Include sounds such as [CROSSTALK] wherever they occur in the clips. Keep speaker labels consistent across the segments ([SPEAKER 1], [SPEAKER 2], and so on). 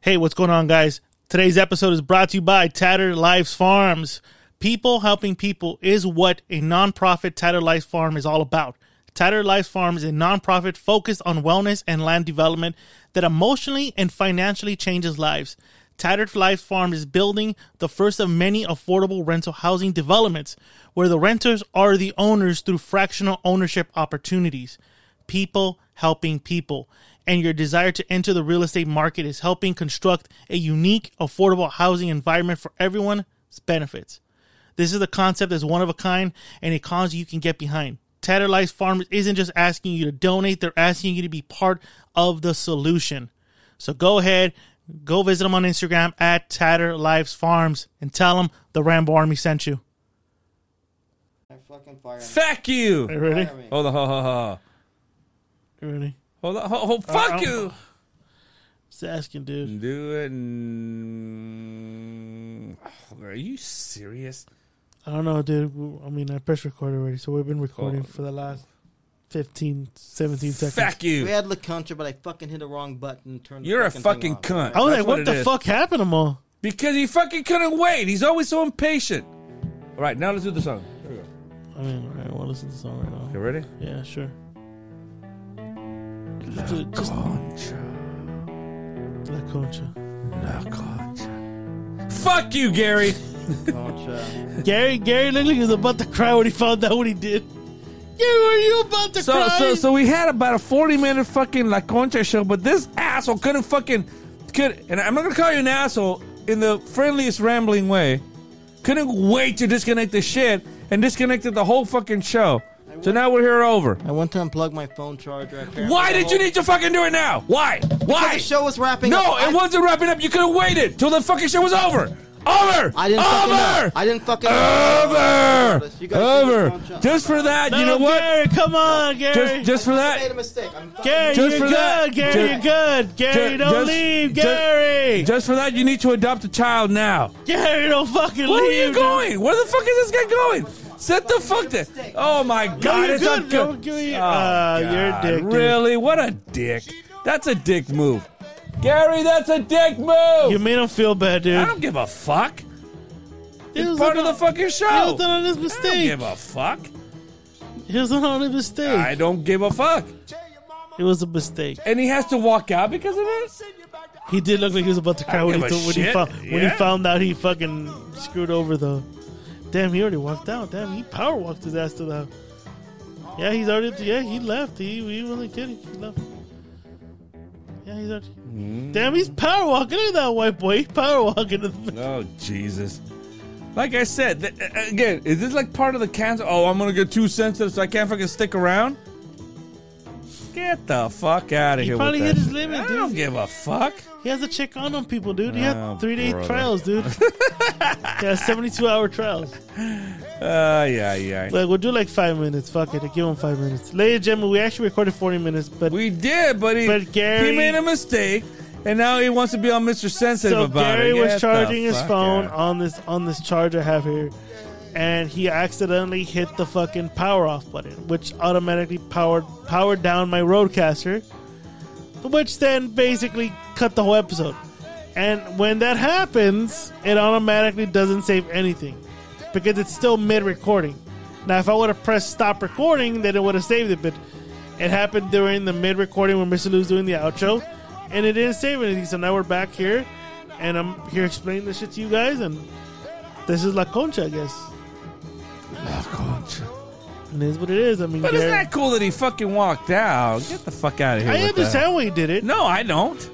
[SPEAKER 1] Hey, what's going on, guys? Today's episode is brought to you by Tattered Lives Farms. People helping people is what a nonprofit Tattered Lives Farm is all about. Tattered Lives Farm is a nonprofit focused on wellness and land development that emotionally and financially changes lives. Tattered Lives Farm is building the first of many affordable rental housing developments where the renters are the owners through fractional ownership opportunities people helping people. And your desire to enter the real estate market is helping construct a unique, affordable housing environment for everyone's benefits. This is a concept that's one of a kind and a cause you can get behind. Tattered Life Farms isn't just asking you to donate, they're asking you to be part of the solution. So go ahead, go visit them on Instagram at Tatter Lives Farms and tell them the Rambo Army sent you.
[SPEAKER 2] I fucking fire me.
[SPEAKER 3] Fuck
[SPEAKER 1] Are
[SPEAKER 3] you.
[SPEAKER 1] you ready?
[SPEAKER 2] Fire me.
[SPEAKER 3] Hold on, hold on,
[SPEAKER 1] You ready?
[SPEAKER 3] hold on, hold on. Hold, fuck
[SPEAKER 1] Uh,
[SPEAKER 3] you.
[SPEAKER 1] Just asking, dude.
[SPEAKER 3] Do it. And... Oh, are you serious?
[SPEAKER 1] I don't know, dude. W- I mean, I press record already, so we've been
[SPEAKER 3] Oh,
[SPEAKER 1] recording for the last 15, 17 seconds.
[SPEAKER 3] Fuck
[SPEAKER 2] We
[SPEAKER 3] you.
[SPEAKER 2] had La Concha, but I fucking hit the wrong button. and Turned. the
[SPEAKER 3] You're a
[SPEAKER 2] fucking thing
[SPEAKER 3] fucking
[SPEAKER 2] off.
[SPEAKER 3] cunt.
[SPEAKER 1] I was
[SPEAKER 3] That's
[SPEAKER 1] like, what,
[SPEAKER 3] it
[SPEAKER 1] the
[SPEAKER 3] is.
[SPEAKER 1] fuck happened to Mo?
[SPEAKER 3] Because he fucking couldn't wait. He's always so impatient. All right, now let's do the song. Here we go.
[SPEAKER 1] I mean, I want to listen to the song right
[SPEAKER 3] You
[SPEAKER 1] now.
[SPEAKER 3] ready?
[SPEAKER 1] Yeah, sure. Just, just La Concha.
[SPEAKER 3] Fuck you, Gary.
[SPEAKER 2] Concha.
[SPEAKER 1] Gary, Gary Lindley was about to cry when he found out what he did. Gary, were you about to
[SPEAKER 3] So,
[SPEAKER 1] cry?
[SPEAKER 3] so, so we had about a forty-minute fucking La Concha show, but this asshole couldn't fucking could. And I'm not gonna call you an asshole in the friendliest rambling way. Couldn't wait to disconnect the shit and disconnected the whole fucking show. So now we're here over.
[SPEAKER 2] I went to unplug my phone charger. Apparently
[SPEAKER 3] Why
[SPEAKER 2] the
[SPEAKER 3] did you
[SPEAKER 2] whole-
[SPEAKER 3] need to fucking do it now? Why?
[SPEAKER 2] Because
[SPEAKER 3] Why?
[SPEAKER 2] The show was wrapping up.
[SPEAKER 3] No,
[SPEAKER 2] I-
[SPEAKER 3] it wasn't wrapping up. You could have waited till the fucking show was over. Over.
[SPEAKER 2] I didn't fucking know.
[SPEAKER 3] over.
[SPEAKER 2] I didn't fucking
[SPEAKER 3] Over.
[SPEAKER 2] You guys see
[SPEAKER 3] Over.
[SPEAKER 2] what's going on.
[SPEAKER 3] Just for that,
[SPEAKER 1] No,
[SPEAKER 3] you know what?
[SPEAKER 1] Gary, come on, Gary.
[SPEAKER 3] Just, just for
[SPEAKER 2] I made a
[SPEAKER 3] that.
[SPEAKER 2] mistake. I'm fucking-
[SPEAKER 1] Gary,
[SPEAKER 3] just
[SPEAKER 1] you're
[SPEAKER 3] for that-
[SPEAKER 1] good. Gary,
[SPEAKER 3] ju-
[SPEAKER 1] you're good. Gary,
[SPEAKER 3] ju-
[SPEAKER 1] don't
[SPEAKER 3] just-
[SPEAKER 1] leave.
[SPEAKER 3] ju-
[SPEAKER 1] Gary.
[SPEAKER 3] Just for that, you need to adopt a child now.
[SPEAKER 1] Gary, don't fucking
[SPEAKER 3] Where
[SPEAKER 1] leave.
[SPEAKER 3] are you
[SPEAKER 1] dude.
[SPEAKER 3] going? Where the fuck is this guy going? Set the fuck there. Oh my god,
[SPEAKER 1] you're
[SPEAKER 3] it's not
[SPEAKER 1] good.
[SPEAKER 3] good.
[SPEAKER 1] Don't give me-
[SPEAKER 3] Oh,
[SPEAKER 1] Ah, you're a
[SPEAKER 3] God,
[SPEAKER 1] dick, dude.
[SPEAKER 3] Really? What a dick. That's a dick move. Gary, that's a dick move.
[SPEAKER 1] You made him feel bad, dude.
[SPEAKER 3] I don't give a fuck.
[SPEAKER 1] He was
[SPEAKER 3] It's part
[SPEAKER 1] an-
[SPEAKER 3] of the fucking
[SPEAKER 1] He
[SPEAKER 3] show.
[SPEAKER 1] was an honest
[SPEAKER 3] I don't
[SPEAKER 1] mistake.
[SPEAKER 3] give a fuck.
[SPEAKER 1] He was an honest mistake.
[SPEAKER 3] I don't give a fuck.
[SPEAKER 1] It was a mistake.
[SPEAKER 3] And he has to walk out because of this?
[SPEAKER 1] He did look like he was about to cry
[SPEAKER 3] don't
[SPEAKER 1] when he,
[SPEAKER 3] give a
[SPEAKER 1] told- when, he
[SPEAKER 3] shit.
[SPEAKER 1] found, when he
[SPEAKER 3] Yeah.
[SPEAKER 1] found out he fucking screwed over the. Damn, he already walked out. Damn, he power walked his ass to the. Yeah, he's already. Yeah, he left. He, he wasn't kidding. He left. Yeah, he's already.
[SPEAKER 3] Mm.
[SPEAKER 1] Damn, he's power walking. Look at that white boy. He's power walking.
[SPEAKER 3] Oh, Jesus. Like I said, th- again, is this like part of the cancer? Oh, I'm gonna get too sensitive so I can't fucking stick around? Get the fuck out of
[SPEAKER 1] He
[SPEAKER 3] here.
[SPEAKER 1] probably
[SPEAKER 3] with
[SPEAKER 1] hit
[SPEAKER 3] that.
[SPEAKER 1] his limit,
[SPEAKER 3] I
[SPEAKER 1] dude.
[SPEAKER 3] don't give a fuck.
[SPEAKER 1] He has to check on on people, dude. He
[SPEAKER 3] Oh,
[SPEAKER 1] had three day
[SPEAKER 3] brother.
[SPEAKER 1] trials, dude. yeah, 72 hour trials.
[SPEAKER 3] Uh, yeah, yeah.
[SPEAKER 1] Like, we'll do like five minutes. Fuck it. Give him five minutes. Ladies and gentlemen, we actually recorded 40 minutes, but
[SPEAKER 3] We did, but he,
[SPEAKER 1] But Gary-
[SPEAKER 3] he made a mistake, and now he wants to be on Mr. Sensitive
[SPEAKER 1] so
[SPEAKER 3] about
[SPEAKER 1] Gary
[SPEAKER 3] it.
[SPEAKER 1] was
[SPEAKER 3] Get
[SPEAKER 1] charging
[SPEAKER 3] the
[SPEAKER 1] his
[SPEAKER 3] fuck
[SPEAKER 1] phone
[SPEAKER 3] out.
[SPEAKER 1] on this on this charge I have here, and he accidentally hit the fucking power off button, which automatically powered powered down my Roadcaster, which then basically cut the whole episode. And when that happens, it automatically doesn't save anything because it's still mid recording. Now, if I would have pressed stop recording, then it would have saved it, but it happened during the mid recording when Mr. Lou's doing the outro, and it didn't save anything. So now we're back here, and I'm here explaining this shit to you guys, and this is La Concha, I guess. And it is what it is. I mean,
[SPEAKER 3] But
[SPEAKER 1] Gary,
[SPEAKER 3] isn't that cool that he fucking walked out? Get the fuck out of here.
[SPEAKER 1] I
[SPEAKER 3] with that.
[SPEAKER 1] understand why he did it.
[SPEAKER 3] No, I don't.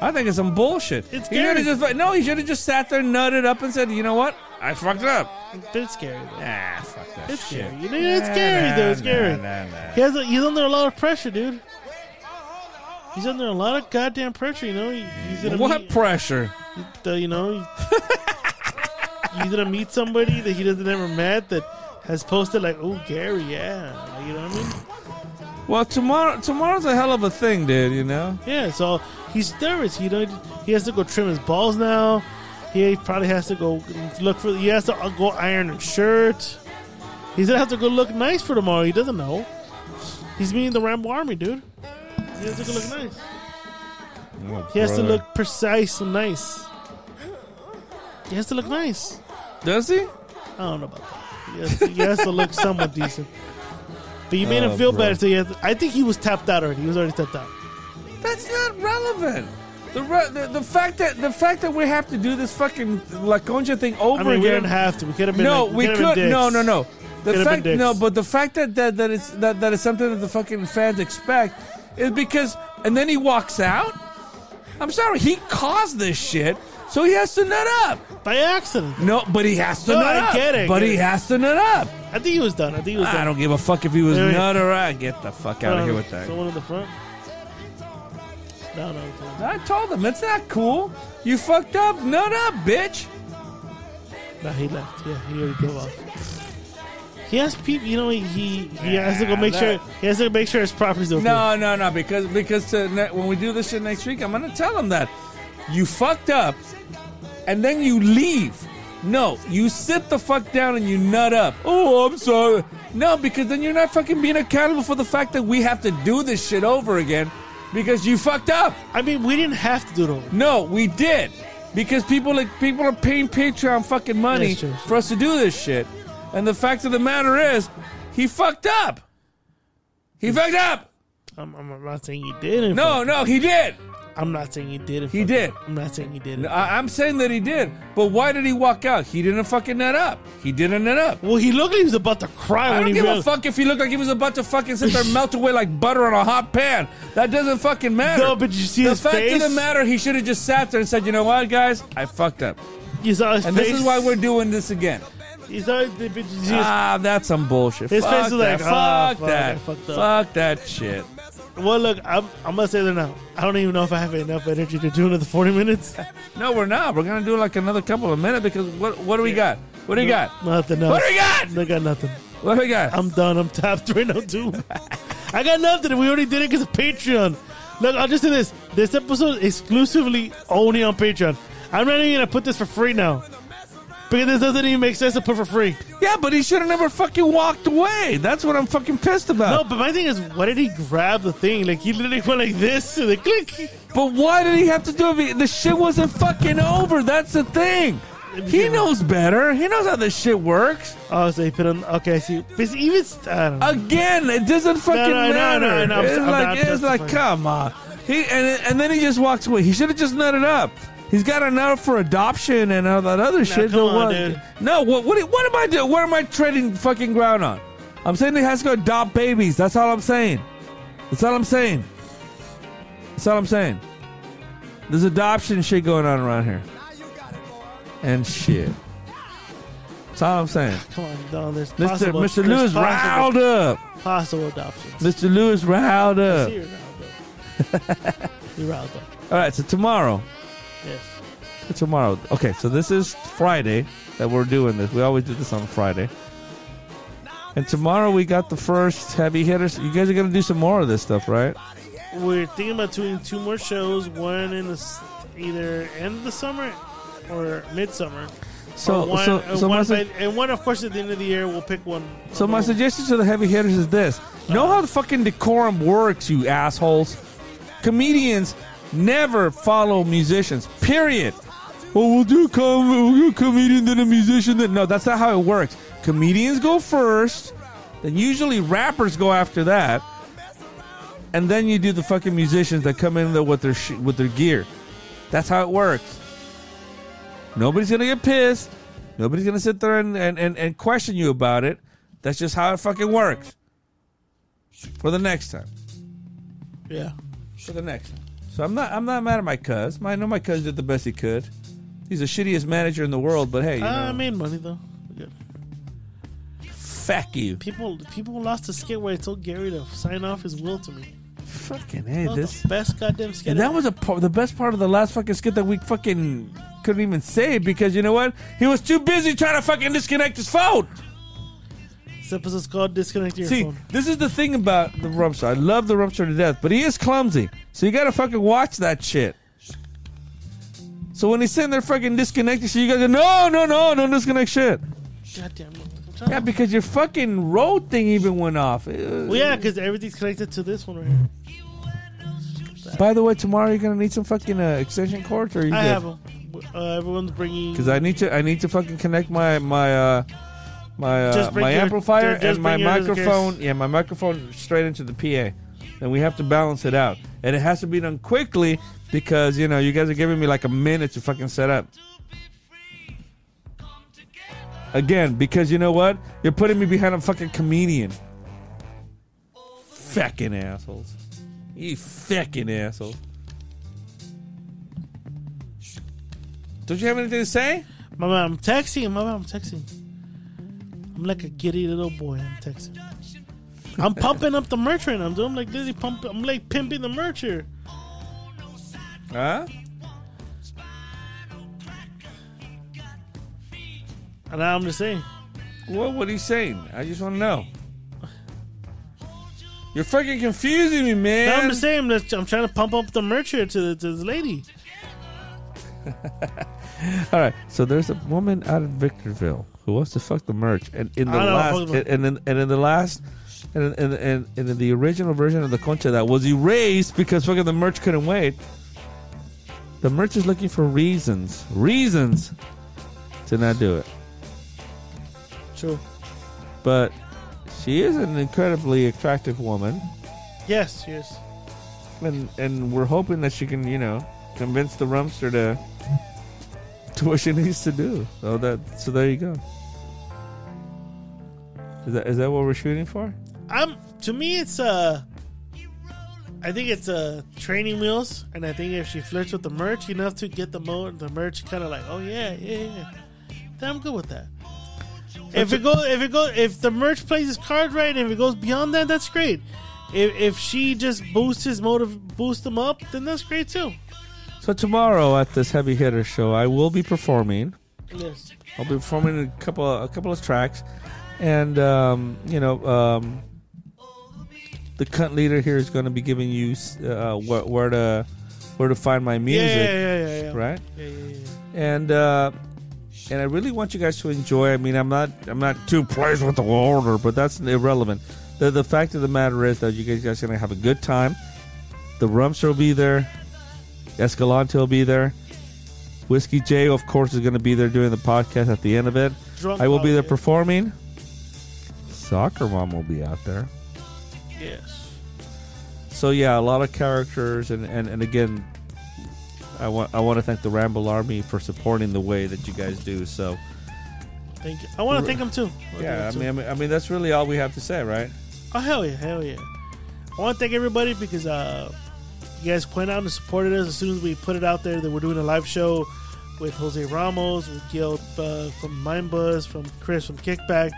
[SPEAKER 3] I think it's some bullshit.
[SPEAKER 1] It's
[SPEAKER 3] he should
[SPEAKER 1] Gary.
[SPEAKER 3] have just no. He should have just sat there, nutted up, and said, "You know what? I fucked up."
[SPEAKER 1] But it's scary, though.
[SPEAKER 3] Ah, fuck that
[SPEAKER 1] It's
[SPEAKER 3] shit.
[SPEAKER 1] scary. You know, it's scary, though. It's scary.
[SPEAKER 3] Nah, nah,
[SPEAKER 1] He has a, he's under a lot of pressure, dude. He's under a lot of goddamn pressure, you know. He, he's
[SPEAKER 3] nah.
[SPEAKER 1] gonna
[SPEAKER 3] What
[SPEAKER 1] meet-
[SPEAKER 3] pressure?
[SPEAKER 1] the, you know,
[SPEAKER 3] [LAUGHS]
[SPEAKER 1] he- he's gonna meet somebody that he doesn't ever met that has posted like, "Oh, Gary, yeah," like, you know what I mean?
[SPEAKER 3] Well, tomorrow, tomorrow's a hell of a thing, dude. You know.
[SPEAKER 1] Yeah, so he's nervous. You know, he has to go trim his balls now. He probably has to go look for. He has to go iron his shirt. He's gonna have to go look nice for tomorrow. He doesn't know. He's meeting the Rambo Army, dude. He has to go look nice. He has to look precise and nice. He has to look nice.
[SPEAKER 3] Does he?
[SPEAKER 1] I don't know about that. He has to, he has to look somewhat decent. But you made
[SPEAKER 3] Oh,
[SPEAKER 1] him feel
[SPEAKER 3] bro.
[SPEAKER 1] better. So he had I think he was tapped out already. He was already tapped out.
[SPEAKER 3] That's not relevant. The, re- the the fact that the fact that we have to do this fucking La Concha thing over
[SPEAKER 1] I mean, we
[SPEAKER 3] again.
[SPEAKER 1] didn't have to. We could have been.
[SPEAKER 3] no,
[SPEAKER 1] like-
[SPEAKER 3] we
[SPEAKER 1] could have
[SPEAKER 3] could.
[SPEAKER 1] been
[SPEAKER 3] No,
[SPEAKER 1] dicks.
[SPEAKER 3] no, no. The
[SPEAKER 1] Could've been
[SPEAKER 3] fact,
[SPEAKER 1] dicks.
[SPEAKER 3] no, but the fact that that, that it's that, that is something that the fucking fans expect is because, and then he walks out. I'm sorry, he caused this shit, so he has to nut up.
[SPEAKER 1] By accident.
[SPEAKER 3] No, but he has to
[SPEAKER 1] No,
[SPEAKER 3] nut
[SPEAKER 1] I
[SPEAKER 3] up.
[SPEAKER 1] get it,
[SPEAKER 3] But
[SPEAKER 1] get
[SPEAKER 3] he
[SPEAKER 1] it.
[SPEAKER 3] has to nut up.
[SPEAKER 1] I think he was done. I think he was done.
[SPEAKER 3] I don't give a fuck if he was
[SPEAKER 1] There he-
[SPEAKER 3] nut or I. Get the fuck out of here with that.
[SPEAKER 1] Someone in the front. No, no. it's not.
[SPEAKER 3] I told him it's not cool. You fucked up. Nut up, bitch.
[SPEAKER 1] No, he left. Yeah, he already drove off. He has people. You know, he he, he has to go
[SPEAKER 3] Nah,
[SPEAKER 1] make
[SPEAKER 3] that-
[SPEAKER 1] sure he has to make sure his property's okay.
[SPEAKER 3] No, no, no. Because because uh, ne- when we do this shit next week, I'm gonna tell him that you fucked up, and then you leave. No, you sit the fuck down and you nut up. Oh, I'm sorry. No, because then you're not fucking being accountable for the fact that we have to do this shit over again because you fucked up.
[SPEAKER 1] I mean we didn't have to do it. Over.
[SPEAKER 3] No, we did. Because people like people are paying Patreon fucking money
[SPEAKER 1] Yes, sure, sure.
[SPEAKER 3] for us to do this shit. And the fact of the matter is, he fucked up. He fucked up.
[SPEAKER 1] I'm, I'm not saying he didn't.
[SPEAKER 3] No, no, he did.
[SPEAKER 1] I'm not saying he didn't.
[SPEAKER 3] He
[SPEAKER 1] fuck
[SPEAKER 3] did.
[SPEAKER 1] it. I'm not saying he didn't.
[SPEAKER 3] I, I'm saying that he did. But why did he walk out? He didn't fucking nut up. He didn't nut up.
[SPEAKER 1] Well, he looked like he was about to cry
[SPEAKER 3] I
[SPEAKER 1] when
[SPEAKER 3] don't
[SPEAKER 1] he
[SPEAKER 3] give a
[SPEAKER 1] realized-
[SPEAKER 3] fuck if he looked like he was about to fucking sit there and melt away like butter on a hot pan. That doesn't fucking matter.
[SPEAKER 1] No, but you see
[SPEAKER 3] the
[SPEAKER 1] his
[SPEAKER 3] fact
[SPEAKER 1] face.
[SPEAKER 3] of the matter, he should have just sat there and said, "You know what, guys, I fucked up,
[SPEAKER 1] you saw his
[SPEAKER 3] and
[SPEAKER 1] face.
[SPEAKER 3] this is why we're doing this again."
[SPEAKER 1] You saw his, but you see his-
[SPEAKER 3] Ah, that's some bullshit.
[SPEAKER 1] His
[SPEAKER 3] fuck
[SPEAKER 1] face is
[SPEAKER 3] that.
[SPEAKER 1] like, ah,
[SPEAKER 3] fuck
[SPEAKER 1] fuck, I
[SPEAKER 3] that.
[SPEAKER 1] fucked up.
[SPEAKER 3] Fuck that shit.
[SPEAKER 1] well, look, I'm, I'm gonna say that now. I don't even know if I have enough energy to do another 40 minutes.
[SPEAKER 3] No, we're not. We're gonna do like another couple of minutes because what? What do we got? What do we got?
[SPEAKER 1] Nothing else.
[SPEAKER 3] What do we got?
[SPEAKER 1] I got nothing.
[SPEAKER 3] What do we got?
[SPEAKER 1] I'm done. I'm tapped [LAUGHS] 302. I got nothing. We already did it because of Patreon. Look, I'll just say this. This episode is exclusively only on Patreon. I'm not even going to put this for free now. Because this doesn't even make sense to put for free.
[SPEAKER 3] Yeah, but he should have never fucking walked away. That's what I'm fucking pissed
[SPEAKER 1] No,
[SPEAKER 3] about.
[SPEAKER 1] but my thing is, why did he grab the thing? Like, he literally went like this [LAUGHS] and then click.
[SPEAKER 3] But why did he have to do it? The shit wasn't fucking over. That's the thing. He knows better. He knows how this shit works.
[SPEAKER 1] Oh, so he put on. Okay, I see. But even. I don't know.
[SPEAKER 3] Again, it doesn't fucking
[SPEAKER 1] no, no,
[SPEAKER 3] matter.
[SPEAKER 1] no, no, I'm
[SPEAKER 3] it's
[SPEAKER 1] so- I'm
[SPEAKER 3] like,
[SPEAKER 1] not
[SPEAKER 3] it's like,
[SPEAKER 1] justifying.
[SPEAKER 3] come on. He and and then he just walks away. He should have just nutted up. He's got enough for adoption and all that other shit.
[SPEAKER 1] come
[SPEAKER 3] No,
[SPEAKER 1] on,
[SPEAKER 3] what-
[SPEAKER 1] dude.
[SPEAKER 3] No, what what, do- what am I doing? What am I trading fucking ground on? I'm saying he has to adopt babies. That's all I'm saying. That's all I'm saying. That's all I'm saying. There's adoption shit going on around here. And shit. That's all I'm saying.
[SPEAKER 1] Come on, Don. There's
[SPEAKER 3] Mr.
[SPEAKER 1] possible.
[SPEAKER 3] Mr.
[SPEAKER 1] there's
[SPEAKER 3] Lewis
[SPEAKER 1] possible,
[SPEAKER 3] riled up.
[SPEAKER 1] possible adoptions.
[SPEAKER 3] Mr. Lewis riled up.
[SPEAKER 1] See, you're riled up. You're riled up.
[SPEAKER 3] All right, so tomorrow,
[SPEAKER 1] Yes.
[SPEAKER 3] tomorrow. Okay, so this is Friday that we're doing this. We always do this on Friday. And tomorrow we got the first heavy hitters. You guys are gonna do some more of this stuff, right?
[SPEAKER 1] We're thinking about doing two more shows, one in the s- either end of the summer or midsummer.
[SPEAKER 3] So,
[SPEAKER 1] or one,
[SPEAKER 3] so,
[SPEAKER 1] uh,
[SPEAKER 3] so,
[SPEAKER 1] one
[SPEAKER 3] my,
[SPEAKER 1] by-
[SPEAKER 3] su-
[SPEAKER 1] and one, of course, at the end of the year, we'll pick one.
[SPEAKER 3] so my suggestion to the heavy hitters is this: know how the fucking decorum works, you assholes. Comedians never follow musicians. Period. Oh, we'll do com- we'll do a comedian then a musician. Then no, that's not how it works. Comedians go first, then usually rappers go after that, and then you do the fucking musicians that come in there with their sh- with their gear. That's how it works. Nobody's gonna get pissed. Nobody's gonna sit there and and, and, and question you about it. That's just how it fucking works. For the next time
[SPEAKER 1] yeah.
[SPEAKER 3] for the next one. So I'm not I'm not mad at my cuz. I know my cuz did the best he could. He's the shittiest manager in the world, but hey, you
[SPEAKER 1] Ah, I
[SPEAKER 3] know,
[SPEAKER 1] made money though. Yeah.
[SPEAKER 3] fuck you.
[SPEAKER 1] People, people lost the skit where I told Gary to sign off his will to me.
[SPEAKER 3] Fucking hey,
[SPEAKER 1] That was
[SPEAKER 3] this
[SPEAKER 1] the best goddamn skit.
[SPEAKER 3] and that
[SPEAKER 1] ever.
[SPEAKER 3] was a part, the best part of the last fucking skit that we fucking couldn't even say because you know what? He was too busy trying to fucking disconnect his phone.
[SPEAKER 1] this episode's called "Disconnect Your
[SPEAKER 3] See,
[SPEAKER 1] Phone."
[SPEAKER 3] this is the thing about the Rumpster. I love the Rumpster to death, but he is clumsy. So you gotta fucking watch that shit. So when he's sitting there fucking disconnected, so you guys go, no, no, no, don't disconnect shit.
[SPEAKER 1] Goddamn.
[SPEAKER 3] Yeah, because your fucking road thing even went off. Uh,
[SPEAKER 1] Well, yeah, because everything's connected to this one right here. that.
[SPEAKER 3] By the way, tomorrow you're gonna need some fucking uh, extension cords, or you
[SPEAKER 1] I
[SPEAKER 3] good?
[SPEAKER 1] have them. Uh, everyone's bringing.
[SPEAKER 3] Because I need to, I need to fucking connect my my uh, my uh,
[SPEAKER 1] Just bring
[SPEAKER 3] my
[SPEAKER 1] your-
[SPEAKER 3] amplifier
[SPEAKER 1] ju- just
[SPEAKER 3] and my
[SPEAKER 1] bring yours in case-
[SPEAKER 3] microphone. Yeah, my microphone straight into the PA, and we have to balance it out, and it has to be done quickly because you know you guys are giving me like a minute to fucking set up. Again, because you know what? You're putting me behind a fucking comedian. Fucking assholes. You fucking asshole. Don't you have anything to say?
[SPEAKER 1] My man, I'm texting. My man, I'm texting. I'm like a giddy little boy. I'm texting. I'm pumping up the merch right now. I'm doing like dizzy pump. I'm like pimping the merch here.
[SPEAKER 3] Huh?
[SPEAKER 1] And now I'm just saying,
[SPEAKER 3] What? What are you saying? I just want to know. You're fucking confusing me,
[SPEAKER 1] now
[SPEAKER 3] man.
[SPEAKER 1] I'm just saying, I'm, just, I'm trying to pump up the merch here to, the, to this lady.
[SPEAKER 3] All right. So there's a woman out in Victorville who wants to fuck the merch, and in the
[SPEAKER 1] I don't
[SPEAKER 3] last,
[SPEAKER 1] fuck the-
[SPEAKER 3] and in, and in the last, and in, and, and, and in the original version of the concha that was erased because fucking the merch couldn't wait. The merch is looking for reasons, reasons to not do it.
[SPEAKER 1] True.
[SPEAKER 3] But she is an incredibly attractive woman.
[SPEAKER 1] Yes, yes.
[SPEAKER 3] and and we're hoping that she can, you know, convince the rumster to to what she needs to do. So that so there you go. Is that is that what we're shooting for?
[SPEAKER 1] I'm. To me, it's uh, I think it's uh, training wheels, and I think if she flirts with the merch enough to get the mo the merch, kind of like, oh yeah, yeah, yeah, then I'm good with that. if it goes, if it goes, if the merch plays his card right, and if it goes beyond that, that's great. If, if she just boosts his motive, boosts him up, then that's great too.
[SPEAKER 3] So tomorrow at this heavy hitter show, I will be performing.
[SPEAKER 1] Yes.
[SPEAKER 3] I'll be performing a couple a couple of tracks, and um, you know, um, the cunt leader here is going to be giving you uh, where, where to where to find my
[SPEAKER 1] Yeah,
[SPEAKER 3] music,
[SPEAKER 1] yeah, yeah, yeah, yeah.
[SPEAKER 3] right?
[SPEAKER 1] Yeah, yeah, yeah.
[SPEAKER 3] and uh, and I really want you guys to enjoy. I mean, I'm not I'm not too pleased with the order, but that's irrelevant. The the fact of the matter is that you guys guys are gonna have a good time. The Rumster will be there. Escalante will be there. Whiskey J, of course, is going to be there doing the podcast at the end of it.
[SPEAKER 1] Drunk
[SPEAKER 3] I will be there
[SPEAKER 1] Hollywood.
[SPEAKER 3] performing. Soccer Mom will be out there.
[SPEAKER 1] Yes.
[SPEAKER 3] So yeah, a lot of characters, and and, and again, I want I want to thank the Ramble Army for supporting the way that you guys do. So
[SPEAKER 1] Thank you. I want to thank him too. I wanna
[SPEAKER 3] yeah,
[SPEAKER 1] thank
[SPEAKER 3] I
[SPEAKER 1] him,
[SPEAKER 3] mean,
[SPEAKER 1] too.
[SPEAKER 3] I mean, I mean, that's really all we have to say, right?
[SPEAKER 1] Oh hell yeah, hell yeah! I want to thank everybody because uh, you guys went out and supported us as soon as we put it out there that we're doing a live show with Jose Ramos, with Gil uh, from Mindbuzz, from Chris from Kickback,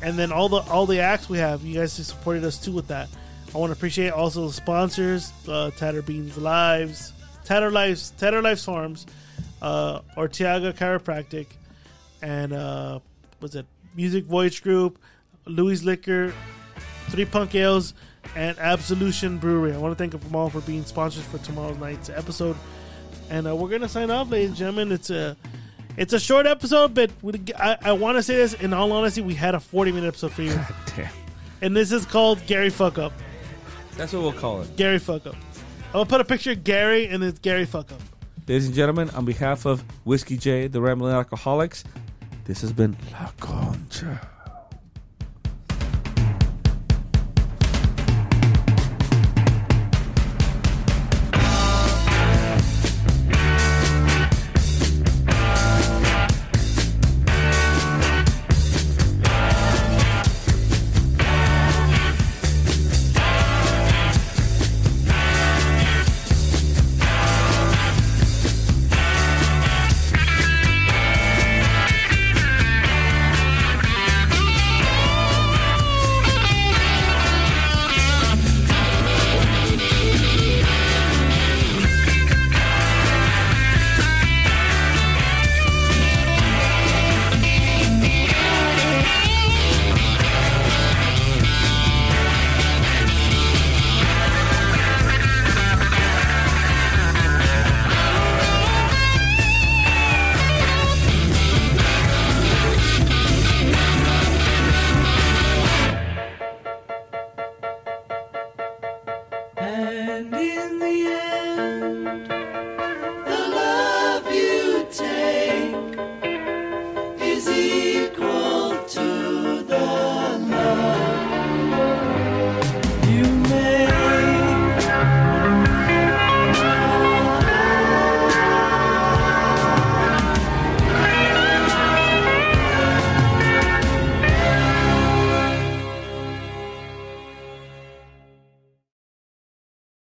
[SPEAKER 1] and then all the all the acts we have. You guys just supported us too with that. I want to appreciate also the sponsors, uh, Tatter Beans Lives, Tatter Lives, Tatter Lives Farms, uh, Ortiaga Chiropractic, and uh, what's it? Music Voyage Group, Louis Liquor, Three Punk Ales, and Absolution Brewery. I want to thank them all for being sponsors for tomorrow's night's episode. And uh, we're gonna sign off, ladies and gentlemen. It's a it's a short episode, but we, I, I want to say this in all honesty, we had a forty minute episode for you,
[SPEAKER 3] Damn,
[SPEAKER 1] and this is called Gary Fuck Up.
[SPEAKER 3] that's what we'll call it,
[SPEAKER 1] Gary Fuck Up. I'm gonna put a picture of Gary, and it's Gary Fuck Up.
[SPEAKER 3] ladies and gentlemen. On behalf of Whiskey J, the Rambling Alcoholics, this has been La Concha.